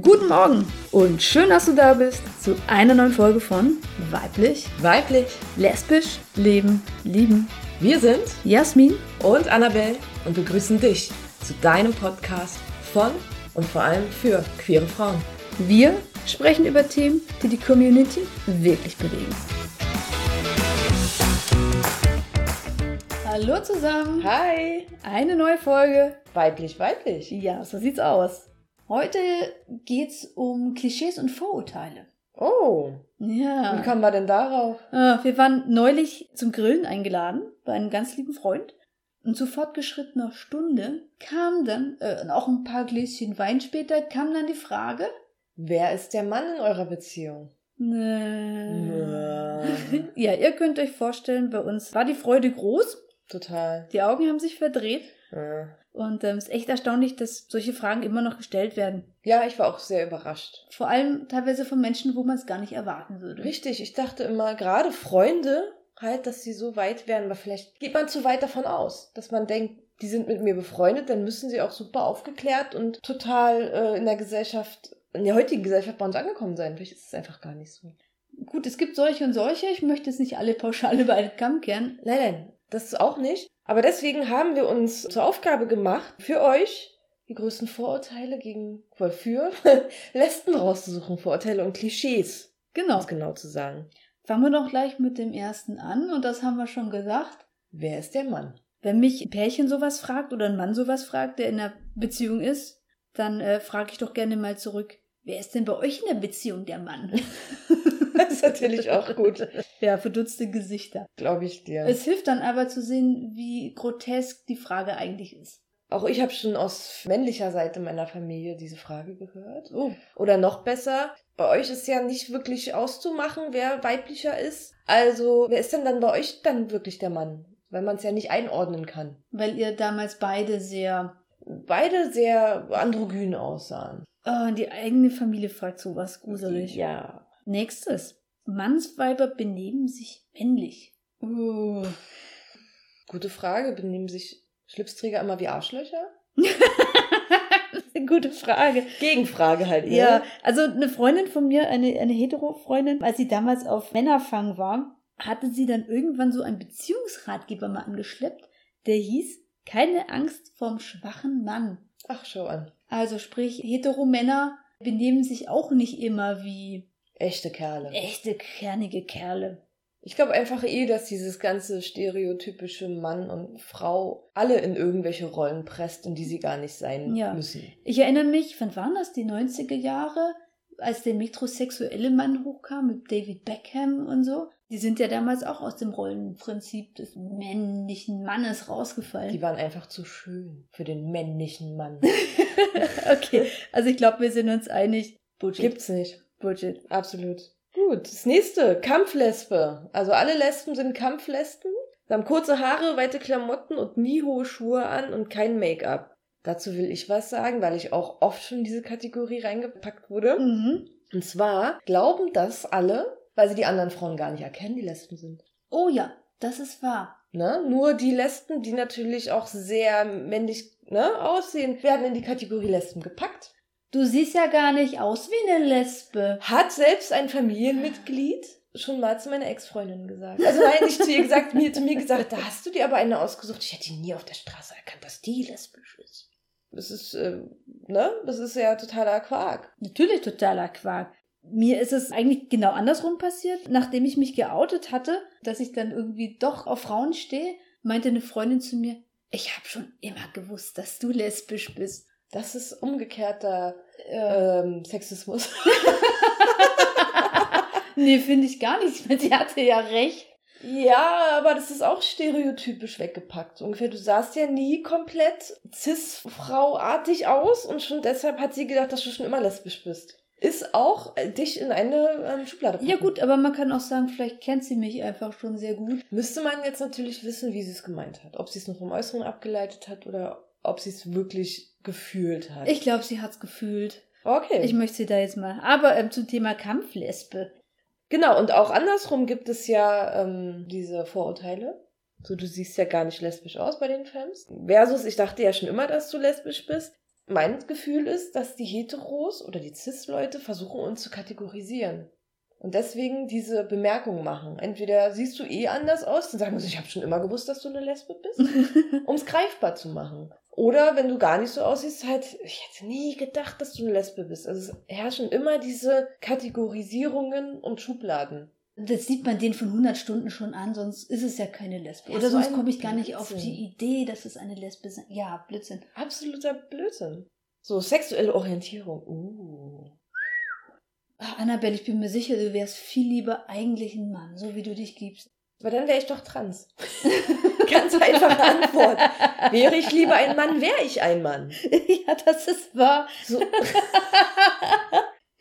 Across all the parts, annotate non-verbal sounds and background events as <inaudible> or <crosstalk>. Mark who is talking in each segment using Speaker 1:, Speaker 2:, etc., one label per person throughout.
Speaker 1: Guten Morgen und schön, dass du da bist zu einer neuen Folge von Weiblich,
Speaker 2: Weiblich.
Speaker 1: Lesbisch, Leben, Lieben.
Speaker 2: Wir sind
Speaker 1: Jasmin,
Speaker 2: und Annabelle und begrüßen dich zu deinem Podcast von und vor allem für queere Frauen.
Speaker 1: wir sprechen über Themen, die die Community wirklich bewegen. Hallo zusammen,
Speaker 2: Hi!
Speaker 1: eine neue Folge.
Speaker 2: Weiblich, weiblich.
Speaker 1: Ja, so sieht's aus. Heute geht's um Klischees und Vorurteile.
Speaker 2: Oh,
Speaker 1: Ja.
Speaker 2: wie kommen wir denn darauf?
Speaker 1: Äh, Wir waren neulich zum Grillen eingeladen bei einem ganz lieben Freund. Und zu fortgeschrittener Stunde kam dann, äh, und auch ein paar Gläschen Wein später, kam dann die Frage.
Speaker 2: Wer ist der Mann in eurer Beziehung?
Speaker 1: Nö.
Speaker 2: Nö.
Speaker 1: ne, <laughs> ja, ihr könnt euch vorstellen, bei uns war die Freude groß.
Speaker 2: Total.
Speaker 1: Die Augen haben sich verdreht.
Speaker 2: Äh.
Speaker 1: Und es ähm, ist echt erstaunlich, dass solche Fragen immer noch gestellt werden.
Speaker 2: Ja, ich war auch sehr überrascht.
Speaker 1: Vor allem teilweise von Menschen, wo man es gar nicht erwarten würde.
Speaker 2: Richtig, ich dachte immer, gerade Freunde, halt, dass sie so weit wären, aber vielleicht geht man zu weit davon aus, dass man denkt, die sind mit mir befreundet, dann müssen sie auch super aufgeklärt und total äh, in der Gesellschaft, in der heutigen Gesellschaft bei uns angekommen sein. Vielleicht ist es einfach gar nicht so.
Speaker 1: Gut, es gibt solche und solche. Ich möchte jetzt nicht alle pauschal über einen Kamm kehren.
Speaker 2: Nein, nein, das auch nicht. Aber deswegen haben wir uns zur Aufgabe gemacht, für euch die größten Vorurteile gegen, wohl für, <laughs> Lesben rauszusuchen, Vorurteile und Klischees, um
Speaker 1: Genau.
Speaker 2: es genau zu sagen.
Speaker 1: Fangen wir doch gleich mit dem ersten an und das haben wir schon gesagt.
Speaker 2: Wer ist der Mann? <laughs>
Speaker 1: Wenn mich ein Pärchen sowas fragt oder ein Mann sowas fragt, der in einer Beziehung ist, dann äh, frage ich doch gerne mal zurück, wer ist denn bei euch in der Beziehung der Mann?
Speaker 2: Das ist natürlich auch gut.
Speaker 1: Ja, verdutzte Gesichter.
Speaker 2: Glaube ich dir.
Speaker 1: Es hilft dann aber zu sehen, wie grotesk die Frage eigentlich ist.
Speaker 2: auch ich habe schon aus männlicher Seite meiner Familie diese Frage gehört.
Speaker 1: Oh,
Speaker 2: Oder noch besser, bei euch ist ja nicht wirklich auszumachen, wer weiblicher ist. Also, wer ist denn dann bei euch dann wirklich der Mann? Weil man es ja nicht einordnen kann.
Speaker 1: weil ihr damals beide sehr...
Speaker 2: Beide sehr androgyn aussahen.
Speaker 1: Oh, die eigene Familie fragt sowas gruselig.
Speaker 2: Ja.
Speaker 1: Nächstes. Mannsweiber benehmen sich männlich. Uh.
Speaker 2: Gute Frage. Benehmen sich Schlipsträger immer wie Arschlöcher?
Speaker 1: das ist eine gute Frage.
Speaker 2: Gegenfrage halt, ne?
Speaker 1: Ja, also eine Freundin von mir, eine, eine Hetero-Freundin, als sie damals auf Männerfang war, hatte sie dann irgendwann so einen Beziehungsratgeber mal angeschleppt, der hieß Keine Angst vorm schwachen Mann.
Speaker 2: Ach, schau an.
Speaker 1: Also sprich, Hetero-Männer benehmen sich auch nicht immer wie
Speaker 2: Echte Kerle.
Speaker 1: echte kernige Kerle.
Speaker 2: Ich glaube einfach eh, dass dieses ganze stereotypische Mann und Frau alle in irgendwelche Rollen presst, in die sie gar nicht sein
Speaker 1: Ja.
Speaker 2: müssen.
Speaker 1: Ich erinnere mich, wann waren das, die 90er Jahre, als der metrosexuelle Mann hochkam mit David Beckham und so? Die sind ja damals auch aus dem Rollenprinzip des männlichen Mannes rausgefallen. <laughs>
Speaker 2: Die waren einfach zu schön für den männlichen Mann.
Speaker 1: okay, also ich glaube, wir sind uns einig. Bullshit.
Speaker 2: Gibt's nicht.
Speaker 1: Bullshit.
Speaker 2: Absolut. Gut, das nächste, Kampflesbe. Also alle Lesben sind Kampflesben. Sie haben kurze Haare, weite Klamotten und nie hohe Schuhe an und kein Make-up. Dazu will ich was sagen, weil ich auch oft schon in diese Kategorie reingepackt wurde.
Speaker 1: Mhm.
Speaker 2: Und zwar glauben das alle, weil sie die anderen Frauen gar nicht erkennen, die Lesben sind.
Speaker 1: Oh ja, das ist wahr.
Speaker 2: Ne? Nur die Lesben, die natürlich auch sehr männlich ne, aussehen, werden in die Kategorie Lesben gepackt.
Speaker 1: Du siehst ja gar nicht aus wie eine Lesbe.
Speaker 2: Hat selbst ein Familienmitglied schon mal zu meiner Ex-Freundin gesagt. Also nein, nicht zu ihr gesagt, mir zu mir gesagt, da hast du dir aber eine ausgesucht. Ich hätte die nie auf der Straße erkannt, dass die lesbisch ist. Das ist, äh, ne? Das ist ja totaler Quark.
Speaker 1: Natürlich totaler Quark. Mir ist es eigentlich genau andersrum passiert. Nachdem ich mich geoutet hatte, dass ich dann irgendwie doch auf Frauen stehe, meinte eine Freundin zu mir, ich habe schon immer gewusst, dass du lesbisch bist. Äh,
Speaker 2: Das ist umgekerter ähm, Sexismus.
Speaker 1: Nee, finde ich gar nicht. weil Sie hatte ja recht.
Speaker 2: Ja, aber das ist auch stereotypisch weggepackt. So Ungefähr, du sahst ja nie komplett cis-frauartig aus und schon deshalb hat sie gedacht, dass du schon immer lesbisch bist. Ist auch äh, dich in eine ähm, Schublade. Packen.
Speaker 1: Ja gut, aber man kann auch sagen, vielleicht kennt sie mich einfach schon sehr gut.
Speaker 2: Müsste man jetzt natürlich wissen, wie sie es gemeint hat. Ob sie es nur vom Äußeren abgeleitet hat oder ob sie es wirklich gefühlt hat.
Speaker 1: Ich glaube, sie hat's gefühlt.
Speaker 2: okay.
Speaker 1: Ich möchte sie da jetzt mal. Aber ähm, zum Thema Kampflesbe.
Speaker 2: genau, und auch andersrum gibt es ja ähm, diese Vorurteile. So, du siehst ja gar nicht lesbisch aus bei den Femmes. Versus, ich dachte ja schon immer, dass du lesbisch bist. mein Gefühl ist, dass die Heteros oder die Cis-Leute versuchen, uns zu kategorisieren. Und deswegen diese Bemerkung machen. Entweder siehst du eh anders aus, dann sagen sie, ich habe schon immer gewusst, dass du eine Lesbe bist, um es greifbar zu machen. Oder wenn du gar nicht so aussiehst, halt, ich hätte nie gedacht, dass du eine Lesbe bist. Also es herrschen immer diese Kategorisierungen und Schubladen.
Speaker 1: Das sieht man den von 100 Stunden schon an, sonst ist es ja keine Lesbe.
Speaker 2: Ja,
Speaker 1: Oder
Speaker 2: so
Speaker 1: sonst
Speaker 2: ein
Speaker 1: komme ich gar nicht auf
Speaker 2: Blödsinn.
Speaker 1: die Idee, dass es eine Lesbe sein Ja, Blödsinn.
Speaker 2: Absoluter Blödsinn. So, sexuelle Orientierung. Uh.
Speaker 1: Ach, Ah, Annabelle, ich bin mir sicher, du wärst viel lieber eigentlich ein Mann, so wie du dich gibst.
Speaker 2: <laughs> Aber dann wäre ich doch trans. <laughs> Ganz einfache Antwort. Wäre ich lieber ein Mann, wäre ich ein Mann.
Speaker 1: ja, das ist wahr.
Speaker 2: So. <laughs>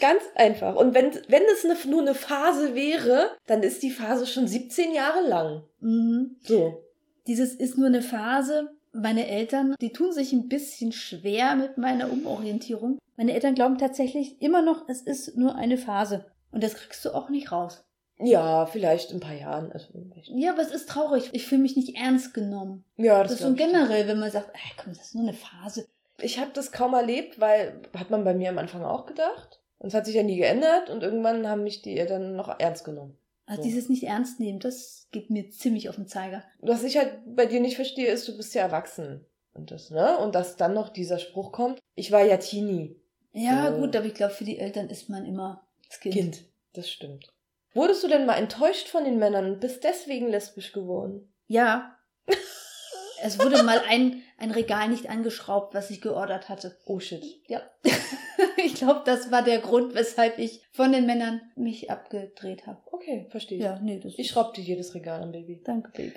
Speaker 2: Ganz einfach. Und wenn, wenn es eine, nur eine Phase wäre, dann ist die Phase schon 17 Jahre lang.
Speaker 1: Mhm.
Speaker 2: So.
Speaker 1: dieses ist nur eine Phase. Meine Eltern, die tun sich ein bisschen schwer mit meiner Umorientierung. Meine Eltern glauben tatsächlich immer noch, es ist nur eine Phase. Und das kriegst du auch nicht raus.
Speaker 2: Ja, vielleicht in ein paar Jahren. Also, vielleicht-
Speaker 1: Ja, aber es ist traurig. Ich fühle mich nicht ernst genommen.
Speaker 2: ja,
Speaker 1: Das, ist so
Speaker 2: glaub ich.
Speaker 1: generell, wenn man sagt, ey, komm, das ist nur eine Phase.
Speaker 2: Ich habe das kaum erlebt, weil hat man bei mir am Anfang auch gedacht. Und es hat sich ja nie geändert und irgendwann haben mich die Eltern noch ernst genommen.
Speaker 1: Also
Speaker 2: So.
Speaker 1: dieses nicht ernst nehmen, das geht mir ziemlich auf den Zeiger.
Speaker 2: Was ich halt bei dir nicht verstehe, ist, du bist ja erwachsen. Und das, ne? Und dass dann noch dieser Spruch kommt, ich war ja Teenie.
Speaker 1: Ja,
Speaker 2: So.
Speaker 1: gut, aber ich glaube, für die Eltern ist man immer das Kind.
Speaker 2: Das stimmt. Wurdest du denn mal enttäuscht von den Männern und bist deswegen lesbisch geworden?
Speaker 1: Ja. <laughs> es wurde mal ein, ein Regal nicht angeschraubt, was ich geordert hatte.
Speaker 2: Oh shit.
Speaker 1: Ja. <laughs> ich glaube, das war der Grund, weshalb ich von den Männern mich abgedreht habe.
Speaker 2: Okay, verstehe.
Speaker 1: Ja, nee, das
Speaker 2: Ich schraub dir jedes Regal an, Baby.
Speaker 1: Danke, Baby.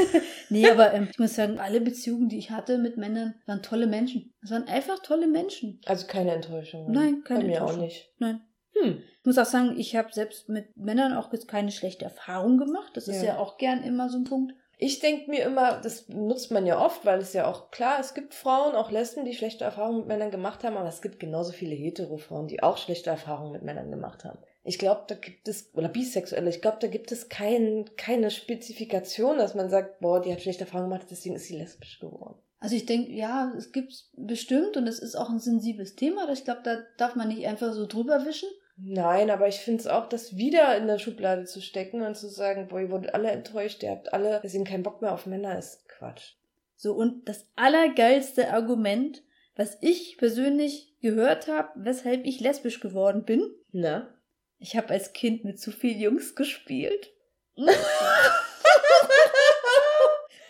Speaker 1: <laughs> nee, aber ähm, ich muss sagen, alle Beziehungen, die ich hatte mit Männern, waren tolle Menschen. Es waren einfach tolle Menschen.
Speaker 2: Also keine Enttäuschung.
Speaker 1: Nein, keine
Speaker 2: Bei mir
Speaker 1: Enttäuschung.
Speaker 2: auch nicht.
Speaker 1: Nein.
Speaker 2: Hm.
Speaker 1: Ich muss auch sagen, ich habe selbst mit Männern auch jetzt keine schlechte Erfahrung gemacht. Das ist
Speaker 2: Ja.
Speaker 1: ja auch gern immer so ein Punkt.
Speaker 2: Ich denke mir immer, das nutzt man ja oft, weil es ja auch klar, es gibt Frauen, auch Lesben, die schlechte Erfahrungen mit Männern gemacht haben, aber es gibt genauso viele hetero Frauen, die auch schlechte Erfahrungen mit Männern gemacht haben. Ich glaube, da gibt es, oder bisexuelle, ich glaube, da gibt es kein, keine Spezifikation, dass man sagt, boah, die hat schlechte Erfahrungen gemacht, deswegen ist sie lesbisch geworden.
Speaker 1: Also ich denke, ja, es gibt bestimmt und es ist auch ein sensibles Thema. Ich glaube, da darf man nicht einfach so drüber wischen.
Speaker 2: Nein, aber ich finde es auch, das wieder in der Schublade zu stecken und zu sagen, boah, ihr wurdet alle enttäuscht, ihr habt alle, deswegen keinen Bock mehr auf Männer, ist Quatsch.
Speaker 1: So, und das allergeilste Argument, was ich persönlich gehört habe, weshalb ich lesbisch geworden bin,
Speaker 2: Na?
Speaker 1: ich habe als Kind mit zu viel Jungs gespielt. <laughs>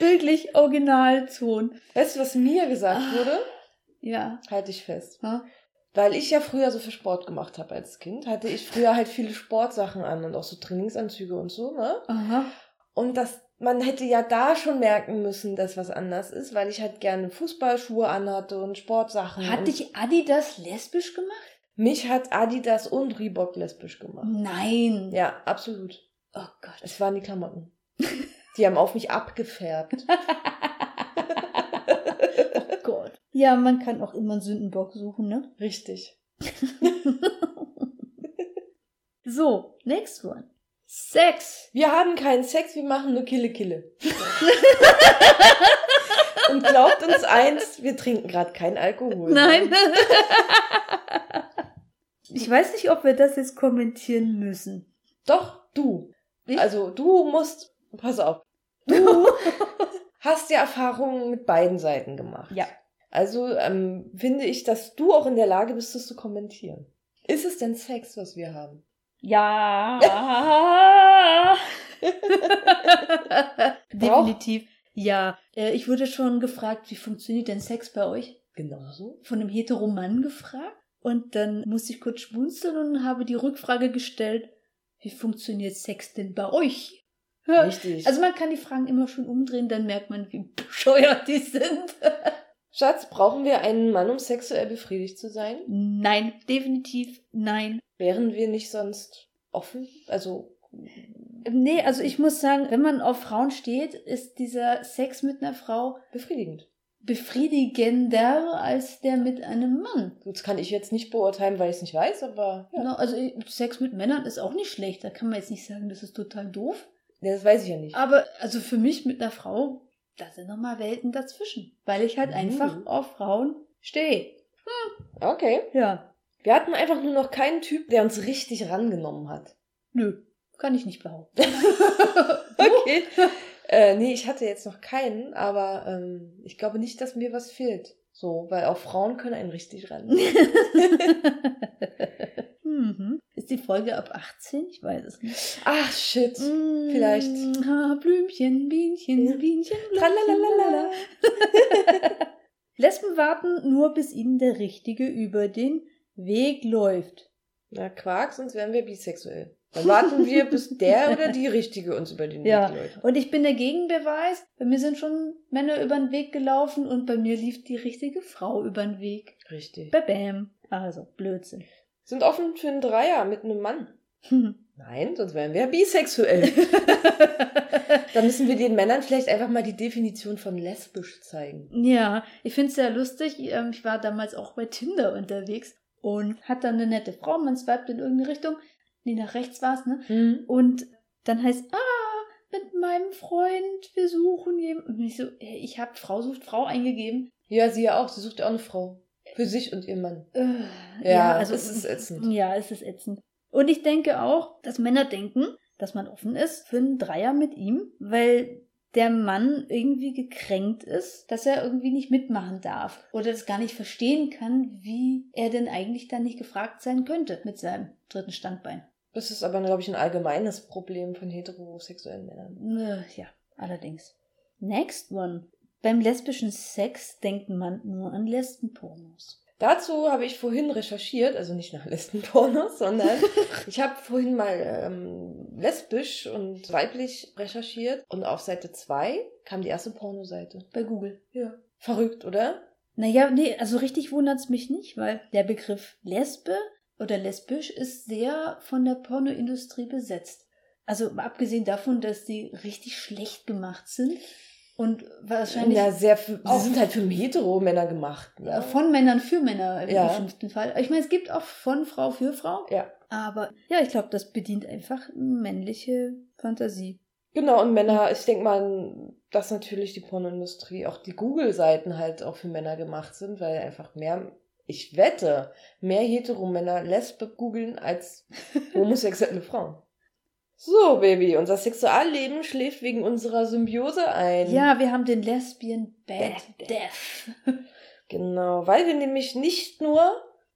Speaker 1: Bildlich Originalton.
Speaker 2: Weißt du, was mir gesagt wurde?
Speaker 1: Ja.
Speaker 2: Halte ich fest.
Speaker 1: Ha?
Speaker 2: Weil ich ja früher so viel Sport gemacht habe als Kind, hatte ich früher halt viele Sportsachen an und auch so Trainingsanzüge und so, ne?
Speaker 1: Aha.
Speaker 2: Und das, man hätte ja da schon merken müssen, dass was anders ist, weil ich halt gerne Fußballschuhe anhatte und Sportsachen.
Speaker 1: Hat
Speaker 2: und
Speaker 1: dich Adidas lesbisch gemacht?
Speaker 2: Mich hat Adidas und Reebok lesbisch gemacht.
Speaker 1: Nein.
Speaker 2: Ja, absolut.
Speaker 1: Oh Gott.
Speaker 2: Es waren
Speaker 1: <laughs>
Speaker 2: die Klamotten. Die haben auf mich abgefärbt.
Speaker 1: Oh Gott. <laughs> Ja, man kann auch immer einen Sündenbock suchen, ne?
Speaker 2: Richtig.
Speaker 1: So, next one. Sex.
Speaker 2: Wir haben keinen Sex, wir machen nur Kille
Speaker 1: <laughs>
Speaker 2: Kille. Und glaubt uns eins, wir trinken gerade keinen Alkohol. ne?
Speaker 1: Nein. <laughs> ich weiß nicht, ob wir das jetzt kommentieren müssen.
Speaker 2: Doch, du.
Speaker 1: Ich?
Speaker 2: Also du musst, pass auf,
Speaker 1: <laughs>
Speaker 2: du hast ja Erfahrungen mit beiden Seiten gemacht.
Speaker 1: Ja.
Speaker 2: Also ähm, finde ich, dass du auch in der Lage bist, das zu kommentieren. Ist es denn Sex, was wir haben?
Speaker 1: <laughs> Ja. Definitiv.
Speaker 2: Definitiv.
Speaker 1: Ja. Äh, Ich wurde schon gefragt, wie funktioniert denn Sex bei euch?
Speaker 2: Genauso.
Speaker 1: Von einem Heteroman gefragt. Und dann musste ich kurz schmunzeln und habe die Rückfrage gestellt, wie funktioniert Sex denn bei euch? Ja.
Speaker 2: Richtig.
Speaker 1: Also man kann die Fragen immer schon umdrehen, dann merkt man, wie bescheuert die sind.
Speaker 2: Schatz, brauchen wir einen Mann, um sexuell befriedigt zu sein?
Speaker 1: <laughs> Nein, definitiv nein.
Speaker 2: Wären wir nicht sonst offen? Also
Speaker 1: Nee, also ich muss sagen, wenn man auf Frauen steht, ist dieser Sex mit einer Frau
Speaker 2: befriedigend.
Speaker 1: befriedigender als der mit einem Mann.
Speaker 2: Das kann ich jetzt nicht beurteilen, weil ich es nicht weiß, aber ja.
Speaker 1: Na, Also Sex mit Männern ist auch nicht schlecht, da kann man jetzt nicht sagen, das ist total doof.
Speaker 2: Ja, das weiß ich ja nicht.
Speaker 1: Aber also für mich mit einer Frau, da sind nochmal Welten dazwischen, weil ich halt
Speaker 2: Mhm.
Speaker 1: einfach auf Frauen stehe.
Speaker 2: Okay.
Speaker 1: Ja,
Speaker 2: Wir hatten einfach nur noch keinen Typ, der uns richtig rangenommen hat.
Speaker 1: nö, kann ich nicht behaupten.
Speaker 2: <laughs> Okay. äh, nee, ich hatte jetzt noch keinen, aber ähm, ich glaube nicht, dass mir was fehlt. So, weil auch Frauen können einen
Speaker 1: <laughs>
Speaker 2: richtig rannehmen.
Speaker 1: <laughs> mhm. Ist die Folge ab 18? Ich weiß es nicht.
Speaker 2: Ach, shit. Vielleicht.
Speaker 1: Mm, ah, Blümchen, Bienchen, Bienchen,
Speaker 2: Tralalalala.
Speaker 1: Blümchen. <laughs> Lesben warten nur, bis ihnen der Richtige über den Weg läuft.
Speaker 2: Na, Quark, sonst wären wir bisexuell. Dann warten wir, bis der oder die Richtige uns über den Weg
Speaker 1: Ja.
Speaker 2: läuft.
Speaker 1: Und ich bin der Gegenbeweis. Bei mir sind schon Männer über den Weg gelaufen und bei mir lief die richtige Frau über den Weg.
Speaker 2: Richtig.
Speaker 1: Bam, bam. Also, Blödsinn. <laughs>
Speaker 2: Sind offen für einen Dreier mit einem Mann. Nein, sonst wären wir bisexuell. Dann müssen wir den Männern vielleicht einfach mal die Definition von lesbisch zeigen.
Speaker 1: Ja, ich find's sehr lustig. Ähm, Ich war damals auch bei Tinder unterwegs und hat dann eine nette Frau, man swiped in irgendeine Richtung. Nee, nach rechts war's, ne? Und dann heißt, ah, mit meinem Freund, wir suchen jemanden. Und ich so, hey, ich hab Frau sucht Frau eingegeben.
Speaker 2: Ja, sie ja auch. Sie sucht ja auch eine Frau. Für sich und ihr Mann.
Speaker 1: Äh,
Speaker 2: Ja, es ist ätzend.
Speaker 1: Ja, es ist ätzend. Und ich denke auch, dass Männer denken, dass man offen ist für einen Dreier mit ihm, weil der Mann irgendwie gekränkt ist, dass er irgendwie nicht mitmachen darf oder das gar nicht verstehen kann, wie er denn eigentlich dann nicht gefragt sein könnte mit seinem dritten Standbein.
Speaker 2: Das ist aber, glaube ich, ein allgemeines Problem von heterosexuellen Männern.
Speaker 1: Äh, Ja, allerdings. Next one. Beim lesbischen Sex denkt man nur an Lesbenpornos.
Speaker 2: Dazu habe ich vorhin recherchiert, also nicht nach
Speaker 1: <laughs>
Speaker 2: Lesbenpornos, sondern ich habe vorhin mal ähm, lesbisch und weiblich recherchiert und auf Seite 2 kam die erste Pornoseite.
Speaker 1: Bei Google.
Speaker 2: Ja. Verrückt, oder?
Speaker 1: Naja, nee, also richtig wundert's mich nicht, weil der Begriff Lesbe oder lesbisch ist sehr von der Pornoindustrie besetzt. Also mal abgesehen davon, dass die richtig schlecht gemacht sind und wahrscheinlich
Speaker 2: Ja, sehr für,
Speaker 1: auch-
Speaker 2: sie sind halt für Hetero-Männer gemacht. Ne?
Speaker 1: von Männern für Männer im
Speaker 2: Ja.
Speaker 1: schlimmsten Fall. Ich meine, es gibt auch von Frau für Frau,
Speaker 2: Ja.
Speaker 1: aber ja, ich glaube, das bedient einfach männliche Fantasie.
Speaker 2: Genau, und Männer, ich denke mal, dass natürlich die Pornoindustrie, auch die Google-Seiten halt auch für Männer gemacht sind, weil einfach mehr, ich wette, mehr Hetero-Männer Lesbe googeln als homosexuelle Frauen. So, Baby, unser Sexualleben schläft wegen unserer Symbiose ein.
Speaker 1: Ja, wir haben den Lesbian Bad
Speaker 2: Ähm. Bad
Speaker 1: Death.
Speaker 2: Genau, weil wir nämlich nicht nur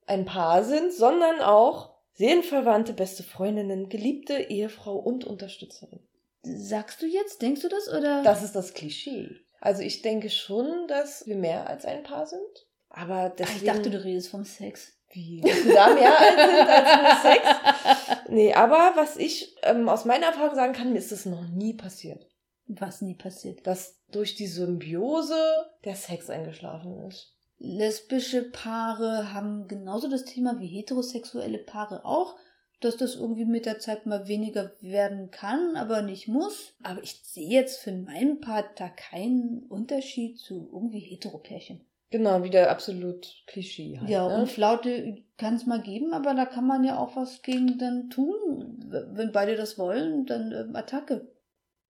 Speaker 2: ein Paar sind, sondern auch Seelenverwandte, beste Freundinnen, Geliebte, Ehefrau und Unterstützerin.
Speaker 1: Sagst du jetzt, denkst du das oder?
Speaker 2: Das ist das Klischee. Also ich denke schon, dass wir mehr als ein Paar sind. Aber
Speaker 1: Ach,
Speaker 2: deswegen,
Speaker 1: Ah, ich dachte, du redest vom Sex.
Speaker 2: wie <laughs> dass wir da mehr als sind als nur Sex.
Speaker 1: <laughs>
Speaker 2: Nee, aber was ich ähm, aus meiner Erfahrung sagen kann, mir ist das noch nie passiert,
Speaker 1: Was nie passiert.
Speaker 2: dass durch die Symbiose der Sex eingeschlafen ist.
Speaker 1: Lesbische Paare haben genauso das Thema wie heterosexuelle Paare auch, dass das irgendwie mit der Zeit mal weniger werden kann, aber nicht muss. Aber ich sehe jetzt für meinen Part da keinen Unterschied zu irgendwie Heteropärchen.
Speaker 2: Genau, wieder absolut Klischee halt.
Speaker 1: Ja,
Speaker 2: ne?
Speaker 1: und Flaute kann es mal geben, aber da kann man ja auch was gegen dann tun. Wenn beide das wollen, dann ähm, Attacke.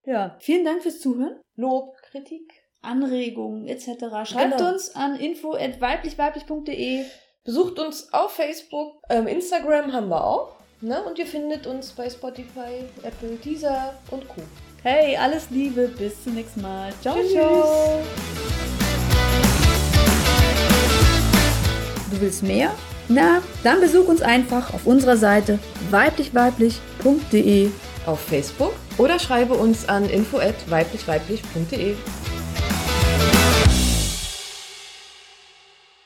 Speaker 1: Ja, vielen Dank fürs Zuhören.
Speaker 2: Lob, Kritik.
Speaker 1: Anregungen etc. Schreibt
Speaker 2: Genau.
Speaker 1: uns an info@weiblichweiblich.de.
Speaker 2: Besucht uns auf Facebook, ähm, Instagram haben wir auch. Ne? Und ihr findet uns bei Spotify, Apple, Deezer und Co.
Speaker 1: Hey, alles Liebe, bis zum nächsten Mal. Ciao,
Speaker 2: Tschüss.
Speaker 1: ciao. Du willst mehr? Na, dann besuch uns einfach auf unserer Seite weiblichweiblich.de.
Speaker 2: auf Facebook oder schreibe uns an info@weiblichweiblich.de.